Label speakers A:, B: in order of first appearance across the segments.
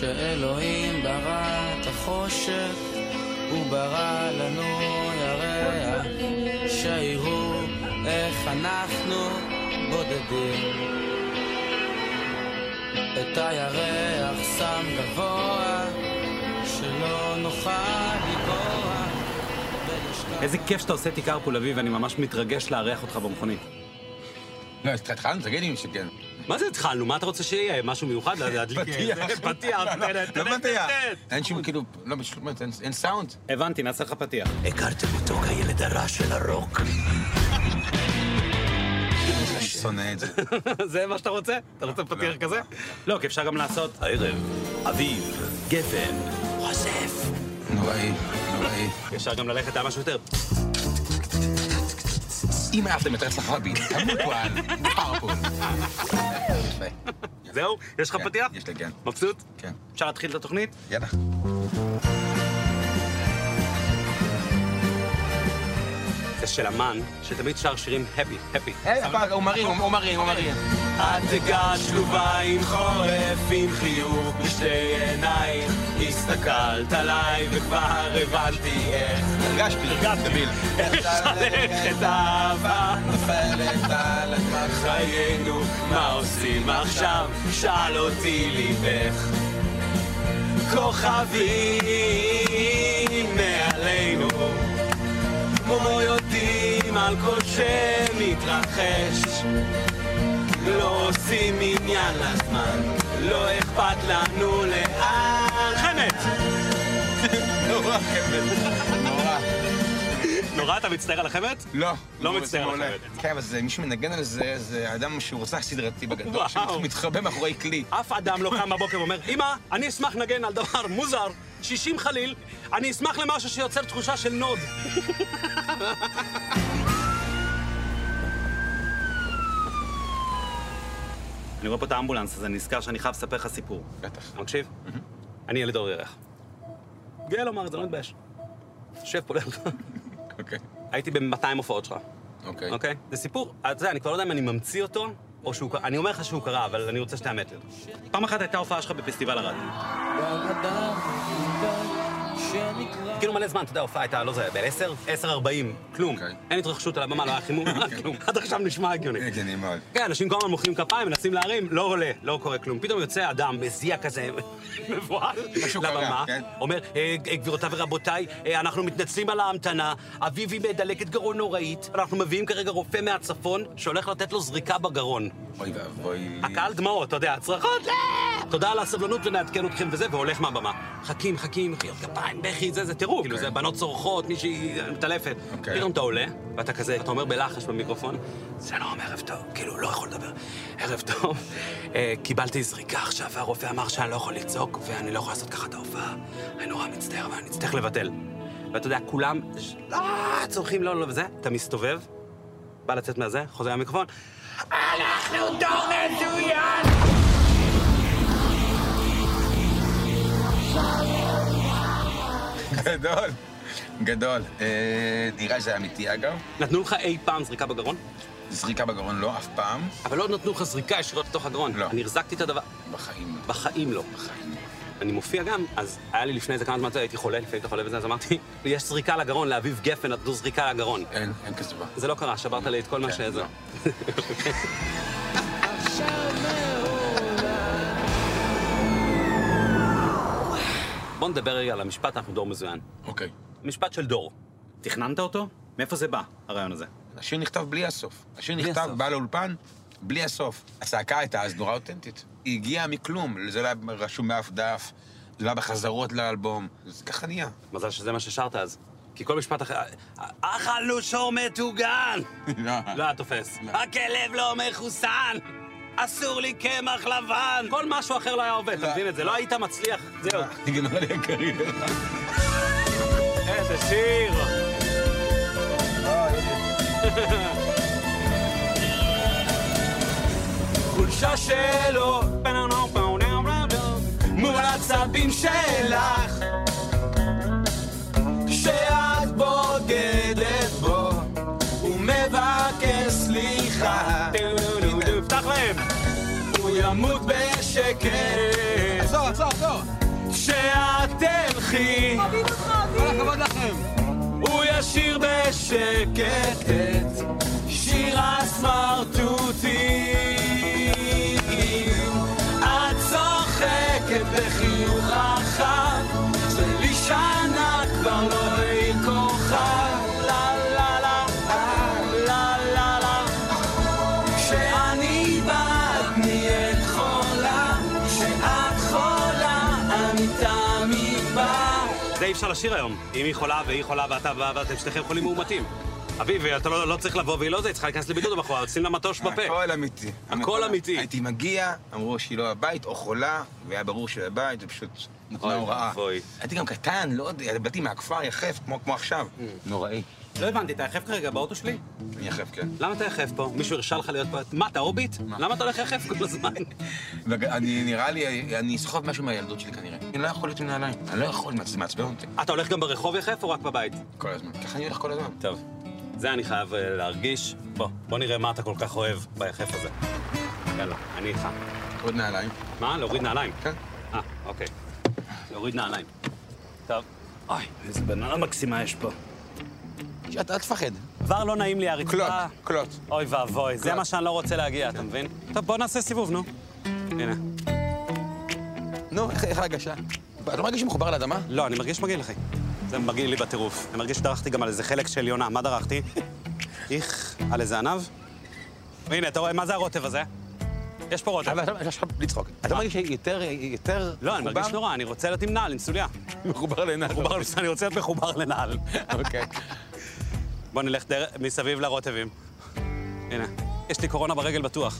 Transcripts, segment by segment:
A: שאלוהים ברא את החושך, הוא ברא לנו ירח, שיראו איך אנחנו בודדים. את הירח שם גבוה, שלא נוכל לגרוע.
B: איזה כיף שאתה עושה תיכר פולבי, ואני ממש מתרגש לארח אותך במכונית.
C: לא, אז התחלנו? תגיד לי שכן.
B: מה זה התחלנו? מה אתה רוצה שיהיה? משהו מיוחד? להדליק איזה פתיח. טנט,
C: לא
B: טנט,
C: מטעה.
B: טנט.
C: אין שום כאילו, לא, פשוט באמת, אין- אין סאונד.
B: הבנתי, נעשה לך פתיח.
D: הכרתם אותו כילד הרע של הרוק.
C: אני שונא את זה.
B: זה מה שאתה רוצה? אתה רוצה פתיח כזה? לא, כי אפשר גם לעשות...
D: הערב, אביב, גפן, חושף.
C: נוראי, נוראי.
B: אפשר גם ללכת על משהו יותר.
C: אם אהבתם את רצח רבין, כמובן, מחר פה. ביי.
B: זהו? יש לך
C: כן,
B: פתיח?
C: יש לי, כן.
B: מבסוט?
C: כן,
B: אפשר להתחיל את התוכנית?
C: יאללה.
B: זה של אמן, שתמיד שר שירים happy, happy.
C: אין, הפעם, הוא מרים, הוא מרים, הוא מרים.
B: את תיגע שלובה עם חורף, עם חיוך בשתי עיניים. הסתכלת עליי וכבר הבנתי איך
C: הרגשתי, דביל.
B: את האהבה נופלת על אדמת חיינו, מה עושים עכשיו? שאל אותי ליבך. כוכבים מעלינו, כמו יודעים על כל שמתרחש. לא עושים עניין לזמן, לא אכפת לנו לאן. חמד!
C: נורא, חבר'ה. נורא.
B: נורא אתה מצטער על החמד?
C: לא.
B: לא מצטער
C: זה
B: על
C: מעולה.
B: החמד.
C: כן, אבל זה- מי שמנגן על זה, זה אדם שהוא רוצח סדרתי בגדול,
B: וואו.
C: שמתחבא מאחורי כלי.
B: אף אדם לא קם בבוקר ואומר, אמא, אני אשמח לנגן על דבר מוזר, 60 חליל, אני אשמח למשהו שיוצר תחושה של נוד. אני רואה פה את האמבולנס, אז אני נזכר שאני חייב לספר לך סיפור.
C: בטח.
B: אתה מקשיב? אני ילד אור ירח. גאה לומר את זה, לא מתבייש. שב פה לידך.
C: אוקיי.
B: הייתי ב-200 הופעות שלך.
C: אוקיי.
B: אוקיי? זה סיפור, אתה יודע, אני כבר לא יודע אם אני ממציא אותו, או שהוא קרה, אני אומר לך שהוא קרה, אבל אני רוצה שתאמת לי. פעם אחת הייתה הופעה שלך בפסטיבל ערד.
A: בן אדם נמדד שנקרא
B: כאילו מלא זמן, אתה יודע, ההופעה הייתה, לא זה, ב-10? 10.40, כלום.
C: אוקיי.
B: אין התרחשות על הבמה, לא היה חימום, כלום. עד עכשיו נשמע הגיוני.
C: הגיוני מאוד.
B: כן, אנשים כל הזמן מוחאים כפיים, מנסים להרים, לא עולה, לא קורה כלום. פתאום יוצא אדם מזיע כזה, מבוהל,
C: משהו קרה,
B: לבמה,
C: כן.
B: אומר, "אה, אה, גבירותיי ורבותיי, אה, אנחנו מתנצלים על ההמתנה, אביבי מדלקת גרון נוראית, אנחנו מביאים כרגע רופא מהצפון שהולך לתת לו זריקה בגרון.
C: אוי ואבוי לי.
B: הקהל דמעות, אתה יודע, צרחות, "לא!" תודה על הסבלנות ונעדכן אתכם וזה, והולך מהבמה. חכים, חכים, חיות כפיים, בכי, זה, זה טירוף. כאילו, זה בנות צורחות, מישהי מטלפת.
C: אוקיי.
B: פתאום אתה עולה, ואתה כזה, אתה אומר בלחש במיקרופון, שלום, ערב טוב, כאילו, לא יכול לדבר. ערב טוב, אה, קיבלתי זריקה עכשיו, והרופא אמר שאני לא יכול לצעוק, ואני לא יכול לעשות ככה את ההופעה. אני נורא מצטער, אבל אני אצטרך לבטל. ואתה יודע, כולם, ש- לא, צורכים, לא, לא, וזה, אתה מסתובב, בא לצאת מהזה, חוזר למיקרופון, אנחנו דור מצוין!
C: גדול. גדול. אה, נראה שזה אמיתי אגב.
B: נתנו לך אי פעם זריקה בגרון,
C: זריקה בגרון לא אף פעם.
B: אבל לא נתנו לך זריקה ישירות לתוך הגרון.
C: לא.
B: אני החזקתי את הדבר,
C: בחיים.
B: בחיים לא.
C: בחיים.
B: אני מופיע גם, אז היה לי לפני איזה כמה זמן, אתה יודע, הייתי חולה, לפעמים אתה חולה וזה, אז אמרתי, יש זריקה לגרון, לאביב גפן נתנו זריקה לגרון.
C: אין, אין כזה דבר.
B: זה לא קרה, שברת לי את כל מה
C: כן,
B: שזה.
C: לא.
B: בוא נדבר רגע על המשפט, אנחנו דור מזוין.
C: אוקיי.
B: משפט של דור. תכננת אותו? מאיפה זה בא, הרעיון הזה?
C: השיר נכתב בלי הסוף. השיר
B: בלי
C: נכתב,
B: הסוף.
C: בא לאולפן, בלי הסוף. הצעקה הייתה אז נורא אותנטית. היא הגיעה מכלום, זה לא היה רשום מאף דף, זה לא היה בחזרות לאלבום. זה ככה נהיה.
B: מזל שזה מה ששרת אז. כי כל משפט אחר... אכלנו שור מטוגן! לא היה תופס.
C: לא.
B: הכלב לא מחוסן! אסור לי קמח לבן! כל משהו אחר לא היה עובד, אתה
C: לא.
B: מבין את זה? לא היית מצליח, זהו.
C: נגמר לי הקריירה.
B: איזה שיר! חולשה שלו, מול עצבים שלך, שאת בוגדת בו, הוא מבקש סליחה. תפתח להם! הוא
E: למות בשקט
C: עצור, עצור, עצור.
E: כשאת תלכי
F: אוהבים אותך,
C: כל
F: אביב.
C: הכבוד לכם.
E: הוא ישיר בשקט את שיר הסמרטוטים. את צוחקת בחיוך רחב, של ישנה כבר לא בעיר כוכב. לה לה לה, אה, לה לה לה. כשאני בא, את נהיית חולה, כשאת חולה, אני תמיד בא.
B: זה אי אפשר לשיר היום. אם היא חולה והיא חולה ואתה בא ואתם שניכם חולים מאומתים. אביב, אתה לא לא צריך לבוא והיא לא זה, היא צריכה להיכנס לבידוד הבחורה, עושים לה מטוש בפה.
C: הכל אמיתי.
B: הכל אמיתי.
C: הייתי מגיע, אמרו שהיא לא בבית או חולה, והיה ברור שהיא בבית, זה פשוט נתנה
B: אוי
C: הוראה.
B: ואבוי.
C: הייתי גם קטן, לא יודע, באתי מהכפר יחף, כמו כמו עכשיו.
B: Mm.
C: נוראי.
B: לא הבנתי, אתה יחף כרגע באוטו שלי?
C: אני יחף, כן.
B: למה אתה יחף פה? מישהו הרשה לך להיות פה? מה, אתה אורביט? למה אתה הולך יחף כל הזמן?
C: וג- אני, נראה לי, אני אסחוב משהו מהילדות שלי כנראה. אני לא יכול להיות עם נעליים. אני לא יכול, זה מעצבן אותי.
B: אתה הולך גם ברחוב יחף או רק בבית?
C: כל הזמן. ככה אני הולך כל הזמן.
B: טוב, זה אני חייב אה, להרגיש. בוא, בוא נראה מה אתה כל כך אוהב ביחף הזה. יאללה, אני איתך.
C: עוד נעליים.
B: מה? להוריד נעליים?
C: כן.
B: אה, אוקיי. להוריד נעליים. טוב. אוי, איזה בננה מקסימה יש פה.
C: אל תפחד.
B: כבר לא נעים לי הרצפה.
C: קלוט, קלוט.
B: אוי ואבוי, זה
C: קלוט.
B: מה שאני לא רוצה להגיע, אתה מבין? טוב, בוא נעשה סיבוב, נו. הנה.
C: נו, איך איך ההרגשה? אתה לא מרגיש מחובר לאדמה?
B: לא, אני מרגיש מגעיל, אחי. זה מגעיל לי בטירוף. אני מרגיש שדרכתי גם על איזה חלק של יונה. מה דרכתי? איך, על איזה ענב? הנה, אתה רואה, מה זה הרוטב הזה? יש פה רוטב. אה,
C: אבל אתה- אתה עכשיו בלי צחוק. אתה מרגיש יותר, יותר
B: לא, אני מרגיש נורא, אני רוצה להיות עם נעל, עם סוליה.
C: מחובר לעיניים.
B: מחובר, אני רוצה להיות מחובר לנעל.
C: אוקיי.
B: בוא נלך דר- מסביב לרוטבים. הנה, יש לי קורונה ברגל בטוח.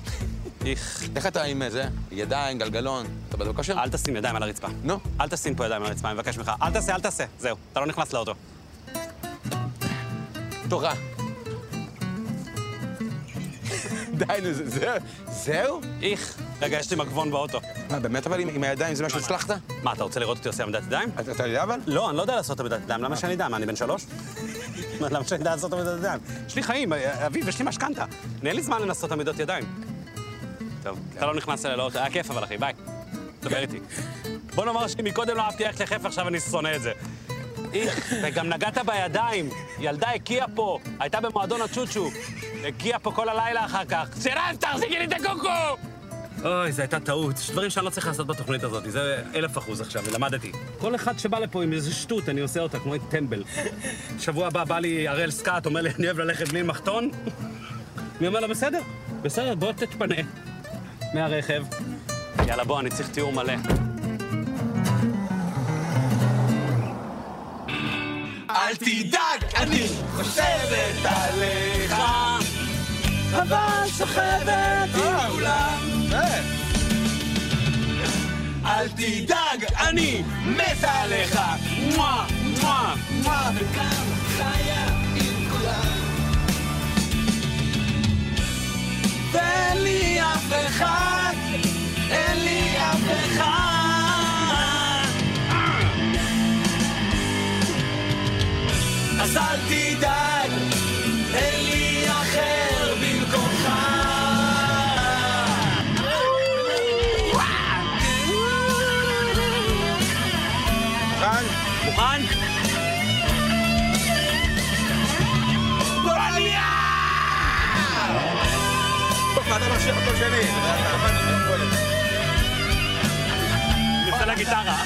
B: איך,
C: איך אתה עם אה, זה? ידיים, גלגלון, אתה בדיוק כושר?
B: אל תשים ידיים על הרצפה.
C: נו.
B: אל תשים פה ידיים על הרצפה, אני מבקש ממך. אל תעשה, אל תעשה. זהו, אתה לא נכנס לאוטו.
C: תורה. די, נו, זה- זה- זהו?
B: איך, רגע, יש לי מגבון באוטו.
C: מה, באמת אבל עם עם הידיים זה מה שהצלחת?
B: מה, אתה רוצה לראות אותי עושה עמדת ידיים?
C: אתה אתה יודע אבל?
B: לא, אני לא יודע לעשות עמדת ידיים, למה שאני אדע? מה, אני בן שלוש? מה, למה שאני אדע לעשות עמדת ידיים? יש לי חיים, אה, אביב, יש לי משכנתה. אין לי זמן לנסות עמידות ידיים. טוב, אתה לא נכנס אליי לאוטו, היה כיף אבל, אחי, ביי. דבר איתי. בוא נאמר שמקודם לא אהבתי ללכת לחפר, עכשיו אני שונא את זה. איך, וגם נגעת בידיים. ילדה הקיאה פה, הייתה במועדון הצ'וצ'ו. הקיאה פה כל הלילה אחר כך. סירן, תחזיקי לי את הקוקו! אוי, זו הייתה טעות. יש דברים שאני לא צריך לעשות בתוכנית הזאת, זה אלף אחוז עכשיו, למדתי. כל אחד שבא לפה עם איזה שטות, אני עושה אותה כמו טמבל. שבוע הבא בא לי הראל סקאט, אומר לי, אני אוהב ללכת בלי מחתון. אני אומר לו, בסדר, בסדר, בוא תתפנה מהרכב. יאללה, בוא, אני צריך תיאור מלא.
E: אל תדאג, אני חושבת עליך, אבל סוחבת עם כולם. אל תדאג, אני מת עליך.
B: מואה, מואה.
E: מה וגם חיה עם כולם. ואין לי אף אחד, אין לי אף אחד. אז אל תדאג, אין לי אחר במקומך.
C: רן,
B: מוכן?
C: טוב, מה אתה ממשיך אותו שני? אתה עבד בכל-
B: נצא לגיטרה.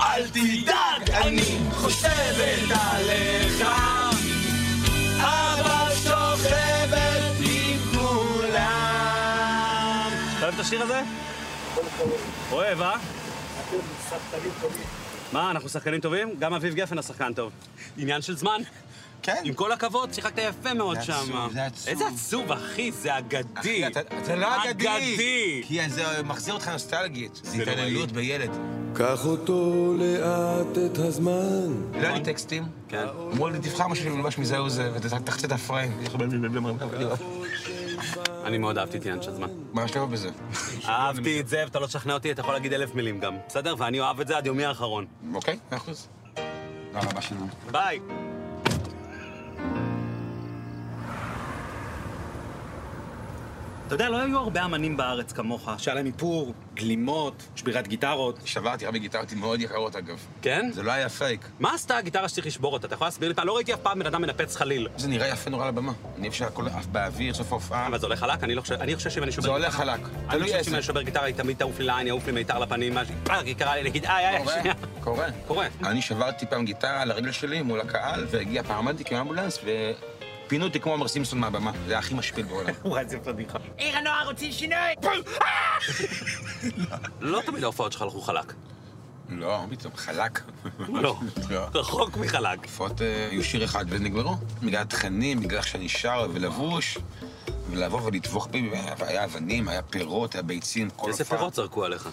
E: אל תדאג, אני חושבת עליך, אבל שוכבת עם כולם.
B: אתה אוהב את השיר הזה? אוהב, אה? מה, אנחנו שחקנים טובים? גם אביב גפן השחקן טוב. עניין של זמן.
C: כן.
B: עם כל הכבוד, שיחקת יפה מאוד
C: זה עצוב,
B: שם.
C: זה עצוב.
B: איזה עצוב, אחי, זה אגדי.
C: אחי, אתה- אתה לא אגדי.
B: אגדי.
C: כי זה מחזיר אותך נוסטלגית. זה לא נכון.
B: נוראי.
C: התעללות בילד.
G: קח אותו לאט את הזמן.
C: לא היה לי טקסטים.
B: כן.
C: אמרו לי, תבחר משהו שמלובש מזה או זה, ותחצה את הפריים.
B: אני מאוד אהבתי את עניין של זמן.
C: מה יש לך לא בזה?
B: אהבתי את זה, ואתה לא תשכנע אותי, אתה יכול להגיד אלף מילים גם. בסדר? ואני אוהב את זה עד יומי האחרון.
C: אוקיי, מאה אחוז. תודה רבה שלנו.
B: ביי.
D: אתה אתה יודע, לא היו הרבה אמנים בארץ כמוך, שהיה להם איפור, גלימות, שבירת גיטרות.
C: שברתי הרבה גיטרות מאוד יקרות, אגב.
B: כן?
C: זה לא היה פייק.
B: מה עשתה הגיטרה שצריך לשבור אותה? אתה יכול להסביר לי? פעם? לא ראיתי אף פעם בן אדם מנפץ חליל.
C: זה נראה יפה נורא על הבמה. אני אפשר הכל עף באוויר, סוף ההופעה.
B: אבל זה הולך חלק? אני לא חושב, אני חושב שאם אני שובר...
C: זה הולך חלק.
B: אני
C: תלוי
B: חושב שאם
C: איזה.
B: אני שובר גיטרה, היא תמיד תעוף לי לעין, יעוף לי מיתר לפנים, משהו, פאק, היא קראה לי, נגיד, איי, איי,
C: קורה,
B: שנייה.
C: קורה.
B: קורה.
C: אני שברתי פעם גיטרה על הרגל שלי מול הקהל, והגיע פרמדיק עם אמבולנס, ופינו אותי כמו עומר סימפסון מהבמה. זה היה הכי משפיל בעולם.
D: וואי, איזה פדיחה.
F: עיר הנוער רוצים שינוי!
C: אה!
B: לא תמיד ההופעות שלך הלכו חלק.
C: לא, פתאום, חלק.
B: לא.
C: לא.
B: רחוק מחלק.
C: הופעות אה, היו שיר אחד ונגמרו. בגלל התכנים, בגלל איך שאני שר ולבוש, ולבוא ולטבוח בי, היה אבנים, היה פירות, היה ביצים, כל
B: איזה
C: הופעה.
B: פירות זרקו עליך.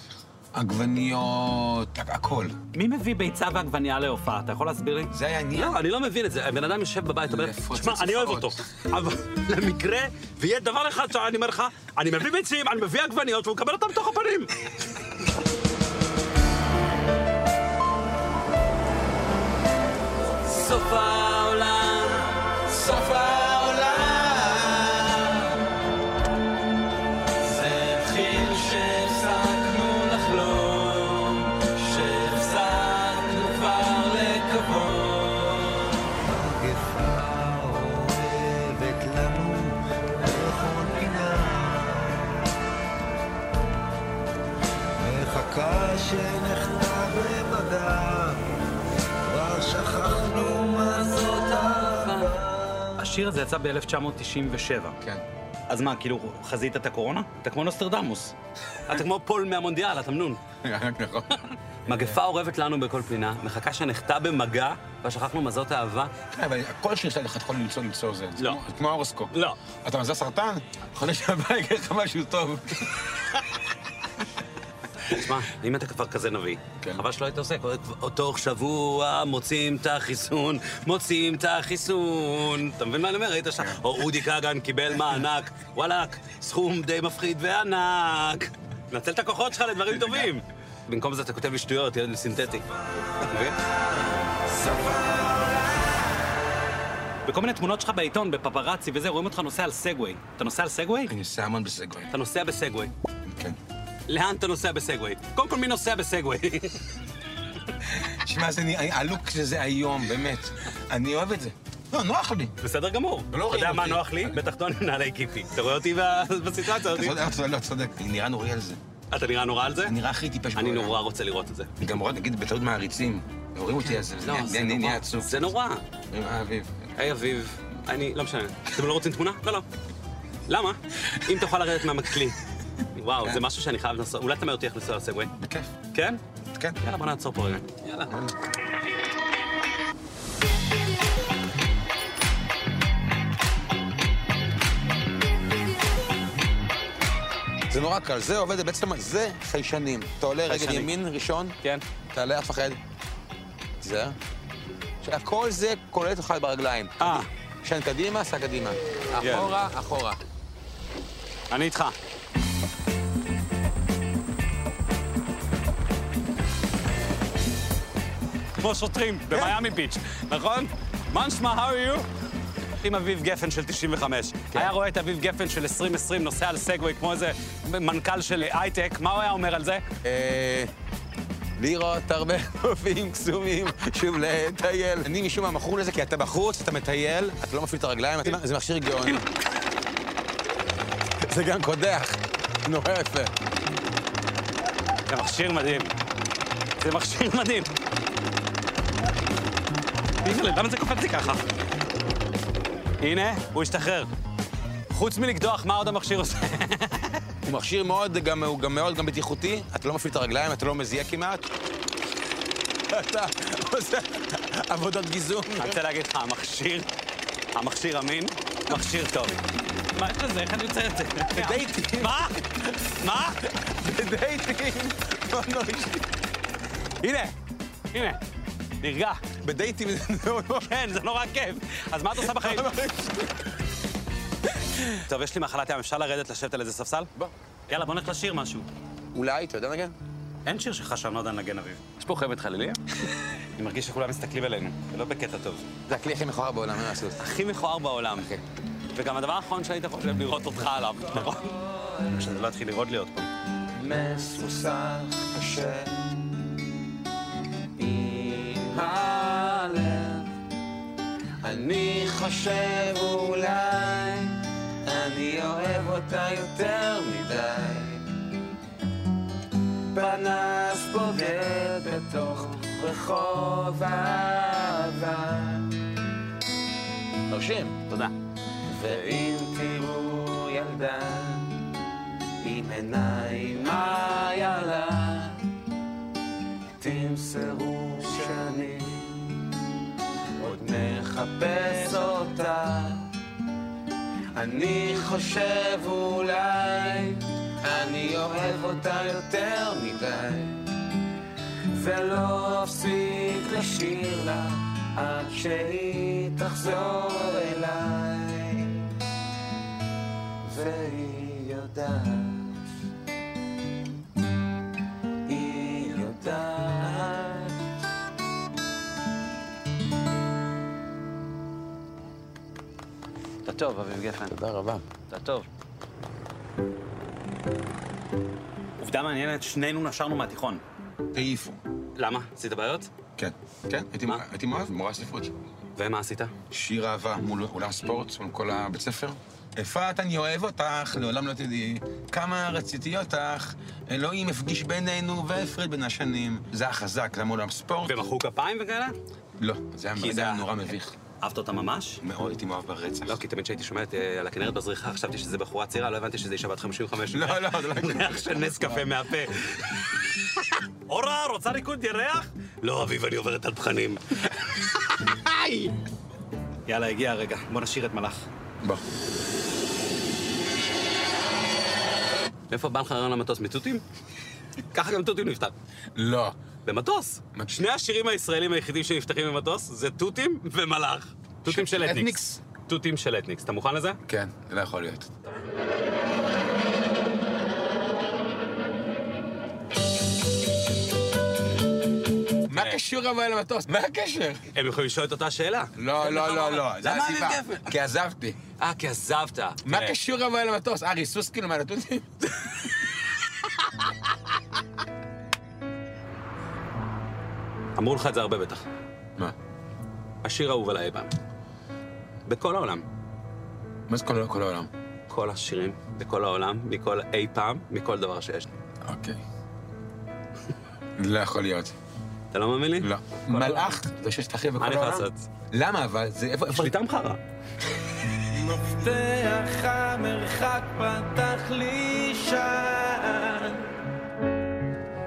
C: עגבניות, הכ- הכל.
D: מי מביא ביצה ועגבנייה להופעה? אתה יכול להסביר לי?
C: זה היה עניין.
B: לא, אני לא מבין את זה. הבן אדם יושב בבית, אומר,
C: לפוצץ
B: תשמע, אני אוהב אותו.
C: הופעות."
B: אבל למקרה, ויהיה דבר אחד שאני אומר לך, אני מביא ביצים, אני מביא עגבניות, והוא מקבל אותם בתוך הפנים.
E: סוף העולם, סוף העולם. זה התחיל שהפסקנו לחלום, שהפסקנו כבר לקוות.
H: מחכה שנחטא במדע, כבר שכחנו מה זאת אהבה.
D: השיר הזה יצא ב-1997.
C: כן.
D: אז מה, כאילו, חזית את הקורונה? אתה כמו נוסטרדמוס.
B: אתה כמו פול מהמונדיאל, התמנון.
C: נכון.
B: מגפה אורבת לנו בכל פינה, מחכה שנחטא במגע, ושכחנו מה זאת אהבה.
C: אה, אבל כל שיר שלך אתה יכול למצוא למצוא זה. זה
B: לא.
C: כמו- כמו ההורוסקופ.
B: לא.
C: אתה מזל סרטן? חודש הבא יקרה לך משהו טוב.
B: תשמע, אם אתה כבר כזה נביא,
C: כן.
B: חבל שלא היית עושה. כבר- כבר- תוך שבוע מוצאים את החיסון, מוצאים את החיסון. אתה מבין מה אני אומר? היית
C: כן.
B: שם, או אודי כגן קיבל מענק, וואלאק, סכום די מפחיד וענק. נצל את הכוחות שלך לדברים טובים. במקום זה אתה כותב לי שטויות, ילד סינתטי. אתה מבין?
D: בכל מיני תמונות שלך בעיתון, בפפראצי וזה, רואים אותך נוסע על סגווי. אתה נוסע על סגווי?
C: אני עושה המון בסגווי.
B: אתה נוסע בסגווי.
C: כן.
B: לאן אתה נוסע בסגווי? קודם כל, מי נוסע בסגווי?
C: שמע, זה נראה, הלוק של זה היום, באמת. אני אוהב את זה. לא, נוח לי.
B: בסדר גמור.
C: לא
B: אתה יודע
C: רואים
B: מה
C: אותי.
B: נוח לי? בתחתון עם נעלי כיפי. אתה רואה אותי ב- בסיטואציה הזאת?
C: אתה צודק, אתה לא צודק. אני נראה נוראי על זה.
B: אתה נראה נורא על זה?
C: אני נראה הכי טיפש
B: אני
C: בעולם.
B: נורא רוצה לראות את זה.
C: אני גם רואה, נגיד, בטעות מעריצים. רואים אותי על זה, לא, זה נהיה- נהיה- נהיה עצוב.
B: לא, זה נורא.
C: אומרים, אה, אביב.
B: היי אביב, אני... לא משנה. אתם לא רוצים תמונה? לא, לא. למה? אם תוכל לרדת מהמקלי.
C: כן.
B: וואו, זה משהו שאני חייב לנסות. אולי תמיד אותי איך לנסוע לסגווי.
C: בכיף.
B: כן?
C: כן.
B: יאללה, בוא נעצור פה רגע. יאללה.
C: זה נורא קל, זה עובד, בעצם זה חיישנים. אתה עולה רגל
B: חיישנים.
C: ימין ראשון,
B: כן.
C: תעלה אף אחד. זה. עכשיו, כל זה כולל אותך ברגליים.
B: אה,
C: שן קדימה, סע קדימה.
B: כן.
C: אחורה, אחורה.
B: אני איתך. כמו שוטרים במיאמי ביץ', נכון? מה נשמע, how are you? עם אביב גפן של 95. היה רואה את אביב גפן של 2020 נוסע על סגווי כמו איזה מנכ"ל של הייטק, מה הוא היה אומר על זה?
C: אה, לראות הרבה נופים קסומים, שוב לטייל. אני משום מה מכור לזה, כי אתה בחוץ, אתה מטייל, אתה לא מפעיל את הרגליים, אתה- זה מכשיר גאוני. זה גם קודח. נורא יפה.
B: זה מכשיר מדהים. זה מכשיר מדהים. אימא'לה, למה זה קופץ לי ככה? הנה, הוא השתחרר. חוץ מלקדוח, מה עוד המכשיר עושה?
C: הוא מכשיר מאוד, גם, הוא גם מאוד גם בטיחותי, אתה לא מפעיל את הרגליים, אתה לא מזיע כמעט. אתה עושה עבודות גיזום.
B: אני רוצה להגיד לך, המכשיר, המכשיר אמין, מכשיר טוב. מה יש לזה? איך אני יוצא את זה?
C: דייטים.
B: מה? מה?
C: בדייטים, מאוד נוראי.
B: הנה, הנה, נרגע.
C: בדייטים זה לא- נורא.
B: כן, זה נורא כיף. אז מה אתה עושה בחיים? טוב, יש לי מחלת ים, אפשר לרדת לשבת על איזה ספסל?
C: בוא.
B: יאללה, בוא נלך לשיר משהו.
C: אולי, אתה יודע נגן?
B: אין שיר שחשבנו עדיין לנגן אביב.
D: יש פה חייבת חליליה?
B: אני מרגיש שכולם מסתכלים עלינו, ולא בקטע טוב.
C: זה הכלי הכי מכוער בעולם, אין מה לעשות.
I: אוקיי.
B: הכי מכוער בעולם. וגם הדבר האחרון שהיית חושב לראות אותך עליו, נכון?
I: שזה לא יתחיל לראות לי עוד פעם.
E: מסוסך קשה עם הלב אני חושב אולי אני אוהב אותה יותר מדי פנס בוגד בתוך רחוב אהבה מרשים
B: תודה.
E: ואם תראו ילדה עם עיניים איילה, תמסרו שאני עוד מחפש אותה. אני חושב אולי אני אוהב אותה יותר מדי, ולא אפסיק לשיר לה עד שהיא תחזור אליי. והיא יודעת, היא יודעת.
B: אתה טוב, אביב גפן.
J: תודה רבה.
B: אתה טוב.
I: עובדה מעניינת, שנינו נשרנו מהתיכון.
J: העיפו.
B: למה? עשית בעיות?
J: כן. כן, הייתי-
B: מה?
J: הייתי מאוהב במורה ספרות.
B: ומה עשית?
J: שיר אהבה מול אולם הספורט, מול כל הבית ספר. אפרת, אני אוהב אותך, לעולם לא תדעי. כמה רציתי אותך, אלוהים הפגיש בינינו והפריד בין השנים. זה היה חזק, זה היה מול אולם ספורט.
B: ומחאו כפיים וכאלה?
J: לא, זה היה-
B: כי
J: זה
B: זה-
J: היה כן. נורא מביך.
I: אהבת אותה ממש?
J: מאוד הייתי מאוהב ברצח.
B: לא, כי תמיד כשהייתי שומע את, אה, על הכנרת בזריחה, חשבתי שזה בחורה צעירה, לא הבנתי שזה אישה בת 55.
J: לא, לא, זה לא...
B: ריח של נס קפה מהפה. אורה, רוצה ריקוד ירח? לא, אביב, אני עוברת על פחנים.
I: יאללה, הגיע הרגע, בוא נשאיר את מלאך.
J: בוא.
B: מאיפה בא לך רעיון למטוס? מתותים? ככה גם תותים נפתח.
J: לא.
B: במטוס.
J: מה?
B: שני השירים הישראלים היחידים שנפתחים במטוס זה תותים ומלאך. תותים של אתניקס. תותים של אתניקס. אתה מוכן לזה?
J: כן, זה לא יכול להיות. מה הקשר אבל למטוס? מה הקשר?
B: הם יכולים לשאול את אותה שאלה.
J: לא, לא, לא, לא, זה
B: למה
J: הסיבה.
B: אני מגפן?
J: כי עזבתי.
B: אה, כי עזבת.
J: מה
B: תראה,
J: קשור אבל למטוס? אה, ריסוס כאילו מהלטוטים?
B: אמרו לך את זה הרבה בטח.
J: מה?
B: השיר האהוב עליי אי פעם. בכל העולם.
J: מה זה כל כל העולם?
B: כל השירים בכל העולם, מכל אי פעם, מכל דבר שיש.
J: אוקיי. לא יכול להיות.
B: אתה לא מאמין לי?
J: לא. מלאך זה שיש את אחי בכל
B: מה אני
J: העולם?
B: יכול לעשות?
J: למה אבל? זה איפה... איפה-
B: שליטה מחרה.
C: מפתח המרחק פתח לי שער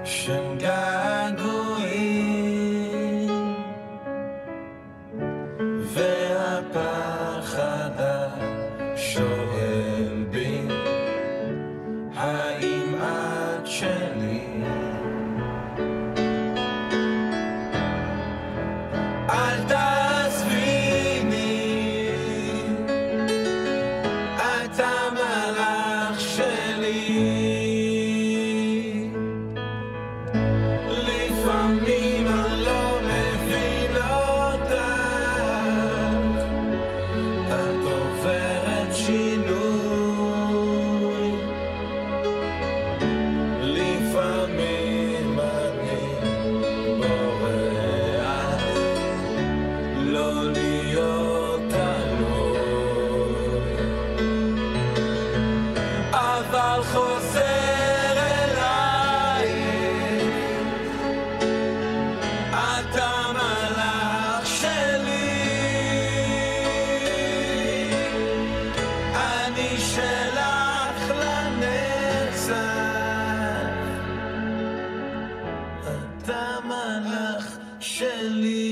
C: של געגועים והפחד השואל בי האם את שלי אל תעזביני, את המלאך שלי. לפעמים אני לא מבין אותך, את עוברת שינוי. לפעמים אני בורח לא להיות תלוי. אבל חוזר אליי, את המלאך שלי. אני שלך לנצח, את המלאך שלי.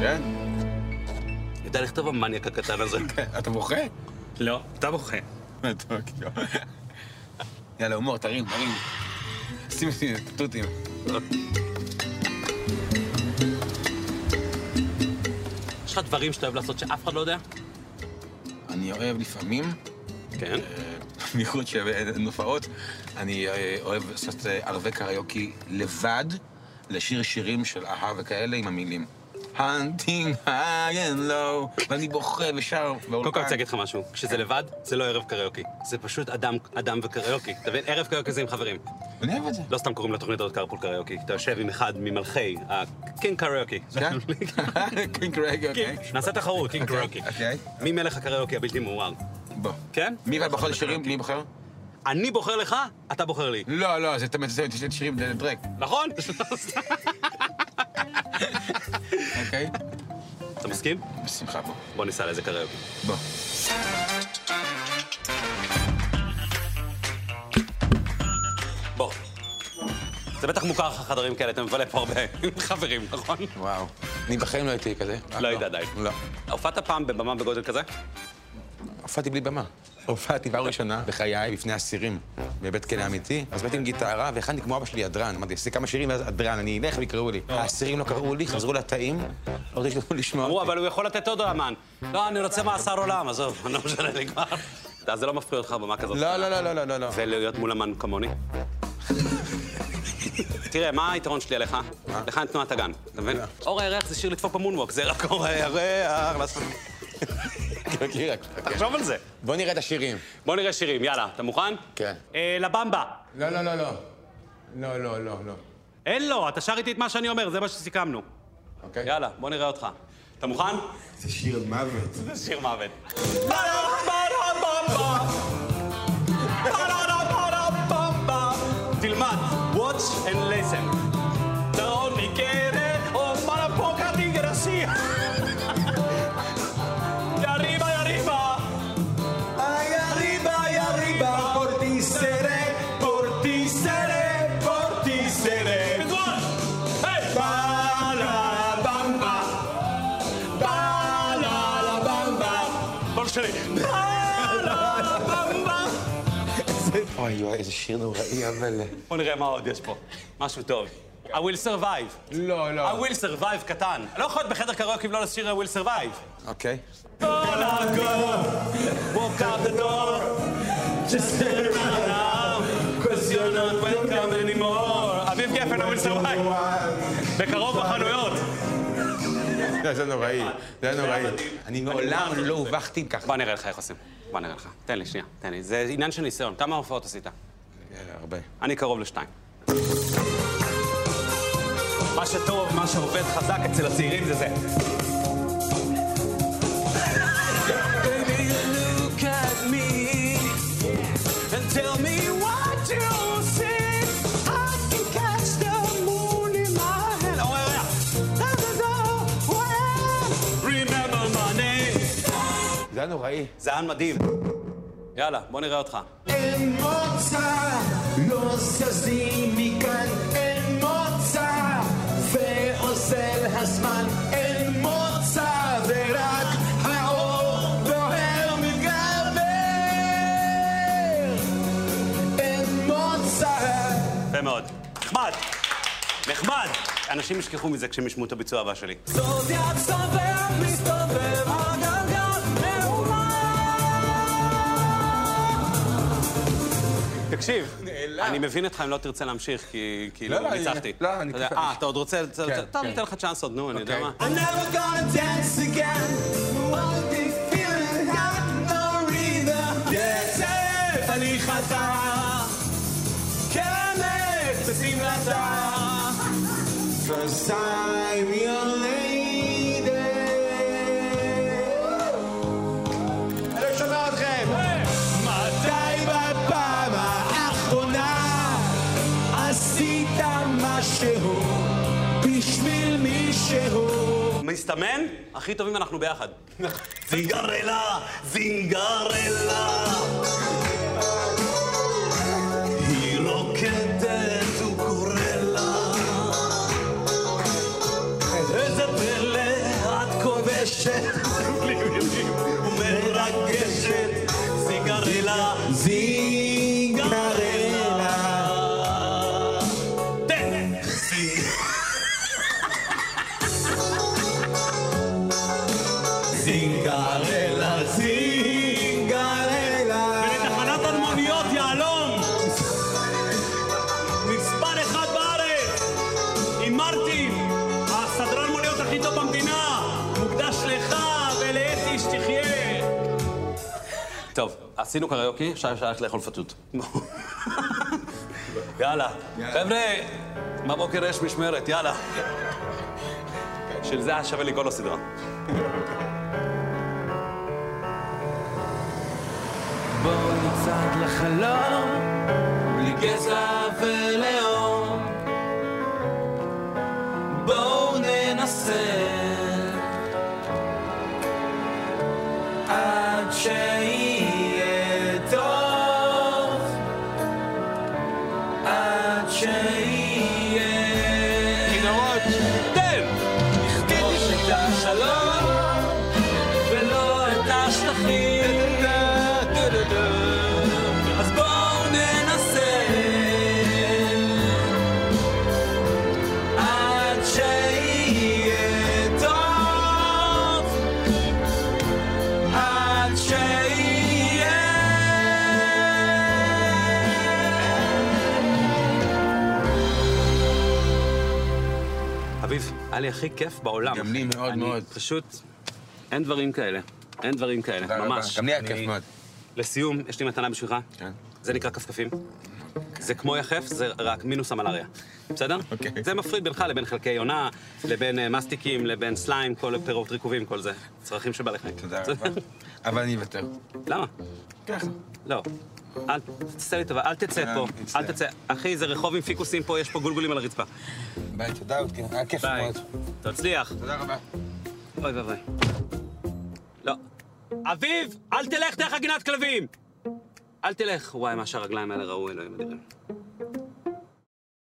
J: כן?
B: יודע לכתוב המניאק הקטן הזה.
J: אתה בוכה?
I: לא, אתה בוכה.
J: מתוק, יואו. יאללה, הומור, תרים, תרים. שים אותי, תותים.
B: יש לך דברים שאתה אוהב לעשות שאף אחד לא יודע?
J: אני אוהב לפעמים
B: כן.
C: מחוץ שבהופעות, אני אה, אוהב לעשות אה, ערבי קריוקי לבד, לשיר שירים של אהה וכאלה עם המילים. הנטינג היי אנד לואו, ואני בוכה ושר
B: קודם כל אני
C: באולפן.
B: רוצה להגיד לך משהו, כשזה לבד, זה לא ערב קריוקי. זה פשוט אדם, אדם וקריוקי. אתה מבין? ערב קריוקי זה עם חברים.
C: אני אוהב את זה.
B: לא סתם קוראים לתוכנית הזאת קרפול קריוקי. אתה יושב עם אחד ממלכי, הקינג קריוקי.
C: כן? קינג קריוקי, אוקיי.
B: נעשה תחרות, קינג קריוקי.
C: אוקיי,
B: מי מלך הקריוקי הבלתי מעורער?
C: בוא.
B: כן?
C: מי אבל בוחר שירים? מי בוחר?
B: אני בוחר לך, אתה בוחר לי.
C: לא, לא, זה תמיד זה זה שירים לדרק,
B: נכון?
C: אוקיי?
B: אתה מסכים?
C: בשמחה, בוא.
B: בוא ניסע לאיזה קריוקי.
C: בוא.
B: בוא. זה בטח מוכר לך חדרים כאלה, אתה מבלה פה הרבה עם חברים, נכון?
C: וואו. אני בחיים לא הייתי כזה.
B: לא היית עדיין.
C: לא.
B: הופעת פעם בבמה בגודל כזה?
C: הופעתי בלי במה. הופעתי פעם ראשונה בחיי בפני אסירים בבית כלא אמיתי, אז באתי עם גיטרה והכנתי כמו אבא שלי הדרן. אמרתי, עשיתי כמה שירים ואז הדרן, אני אלך ויקראו לי. האסירים לא קראו לי, חזרו לתאים, לא רציתי לשמוע
B: אה. אמרו,
C: אותי.
B: אבל הוא יכול לתת עוד אמן. לא, אני רוצה מאסר עולם, עזוב, אני לא משנה לי כבר. אתה, זה לא מפריע אותך במה כזאת.
C: לא, לא, לא, לא, לא, לא, לא.
B: ולהיות מול אמן כמוני. תראה, מה היתרון שלי עליך? לך אין תנועת הגן, אתה מבין? אור הירח זה שיר לדפוק במונווק, זה רק אור הירח, לעשות...
C: מכיר,
B: תחשוב על זה.
C: בוא נראה את השירים.
B: בוא נראה שירים, יאללה, אתה מוכן?
C: כן.
B: אה, לבמבה.
C: לא, לא, לא, לא. לא, לא, לא, לא.
B: אין לו, אתה שר איתי את מה שאני אומר, זה מה שסיכמנו.
C: אוקיי?
B: יאללה, בוא נראה אותך. אתה מוכן?
F: זה שיר מוות.
B: זה שיר מוות. תלמד, watch and listen. The only care of Marapoca Tigrassia. יריבה, יריבה.
F: Ay, arriba, ay, arriba, por ti seré, por ti seré, por ti seré. Ba, la, bamba. Ba, la, la, bamba. Ba, la, bamba.
C: אוי, וואי, איזה שיר נוראי, אבל...
B: בוא נראה מה עוד יש פה. משהו טוב. I will survive.
C: לא,
B: I will survive קטן. לא יכול להיות בחדר קריוקי ולא לשיר I will survive.
C: אוקיי.
B: Walk out the door, just turn around, cause you're not welcome anymore. אביב גפן, I will survive. בקרוב בחנויות.
C: לא, זה נוראי, זה נוראי. אני מעולם לא הובכתי ככה.
B: בוא נראה לך איך עושים. בוא נראה לך. תן לי, שנייה, תן לי. זה עניין של ניסיון. כמה הופעות עשית?
C: יאללה, הרבה.
B: אני קרוב לשתיים. מה שטוב, מה שעובד חזק אצל הצעירים זה זה.
E: Baby, look at me and tell me what you see. I can catch the moon in my hand. Oh, yeah, yeah. Da, da, da, well, Remember my name.
C: זה היה נוראי.
B: זה היה מדהים. יאללה, בוא נראה אותך.
F: אין מוצא, לא זזים מכאן, אין מוצא, ואוזל הזמן, אין מוצא, ורק האור בוהר מתגבר. אין מוצא,
B: יפה מאוד. נחמד. נחמד. אנשים ישכחו מזה כשהם ישמעו את הביצוע הבא שלי.
E: זודיאק סובב, מסתובב, הגלגל
B: תקשיב, אני מבין אותך אם לא תרצה להמשיך, כי
C: לא,
B: כאילו
C: לא, אני-
B: ניצחתי.
C: לא, אני
B: אתה יודע,
C: כיף-
B: אה, אתה עוד רוצה? אתה-
C: כן,
B: טוב,
C: כן.
B: ניתן לך צ'אנס עוד, נו, אני יודע
C: אוקיי.
B: מה.
E: I'm never gonna dance again. I'll be feeling hot, no rhythm. כסף, הליכתה. כמת, בשמלתה.
F: Cause I'm your lady. אני לא שומע אתכם. מתי בפעם האחרונה עשית משהו בשביל מישהו?
B: מסתמן? הכי טובים אנחנו ביחד. זינגרלה! זינגרלה!
F: היא רוקדת וקורא לה. איזה פלא את כובשת ומרגשת
B: זינגרלה!
F: זינגרלה. זינגרלה, זינגרלה.
B: תחנת אלמוניות! טוב, עשינו קריוקי, עכשיו אפשר ללכת לאכול פתות. יאללה. חבר'ה, בבוקר יש משמרת, יאללה. של זה היה שווה לקרוא לו סדרה.
A: בואו נצעד לחלום, בלי גזע ולאום. בואו ננסה עד שיהיה טוב, עד שיהיה... כנרות, תן! נכבוש את השלום ולא את השטחים. אז בואו ננסה עד שיהיה טוב, עד שיהיה...
B: אביב, היה לי הכי כיף בעולם.
C: גם לי מאוד
B: אני
C: מאוד.
B: פשוט, אין דברים כאלה. אין דברים
C: תודה
B: כאלה,
C: רבה.
B: ממש.
C: גם לי היה
B: אני-
C: כיף מאוד.
B: לסיום, יש לי מתנה בשבילך.
C: כן.
B: זה נקרא כפכפים. זה כמו יחף, זה רק מינוס המלאריה. בסדר?
C: אוקיי.
B: זה מפריד בינך לבין חלקי יונה, לבין אה, מסטיקים, לבין סליים, כל פירות ריקובים, כל זה. צרכים של בעלי חיים.
C: תודה
B: בסדר?
C: רבה. אבל אני אוותר.
B: למה?
C: ככה.
B: לא. אל, תעשה לי טובה, אל תצא
C: אה,
B: פה,
C: מצטער.
B: אל תצא. אחי, זה רחוב עם פיקוסים פה, יש פה גולגולים על הרצפה.
C: ביי, תודה, אודקין. היה כיף
B: ביי.
C: מאוד.
B: תצליח.
C: תודה רבה.
B: אוי ואבוי. לא. אביב, אל תלך דרך הגינת כלבים! אל תלך. וואי, מה שהרגליים האלה ראו, אלוהים אדירים.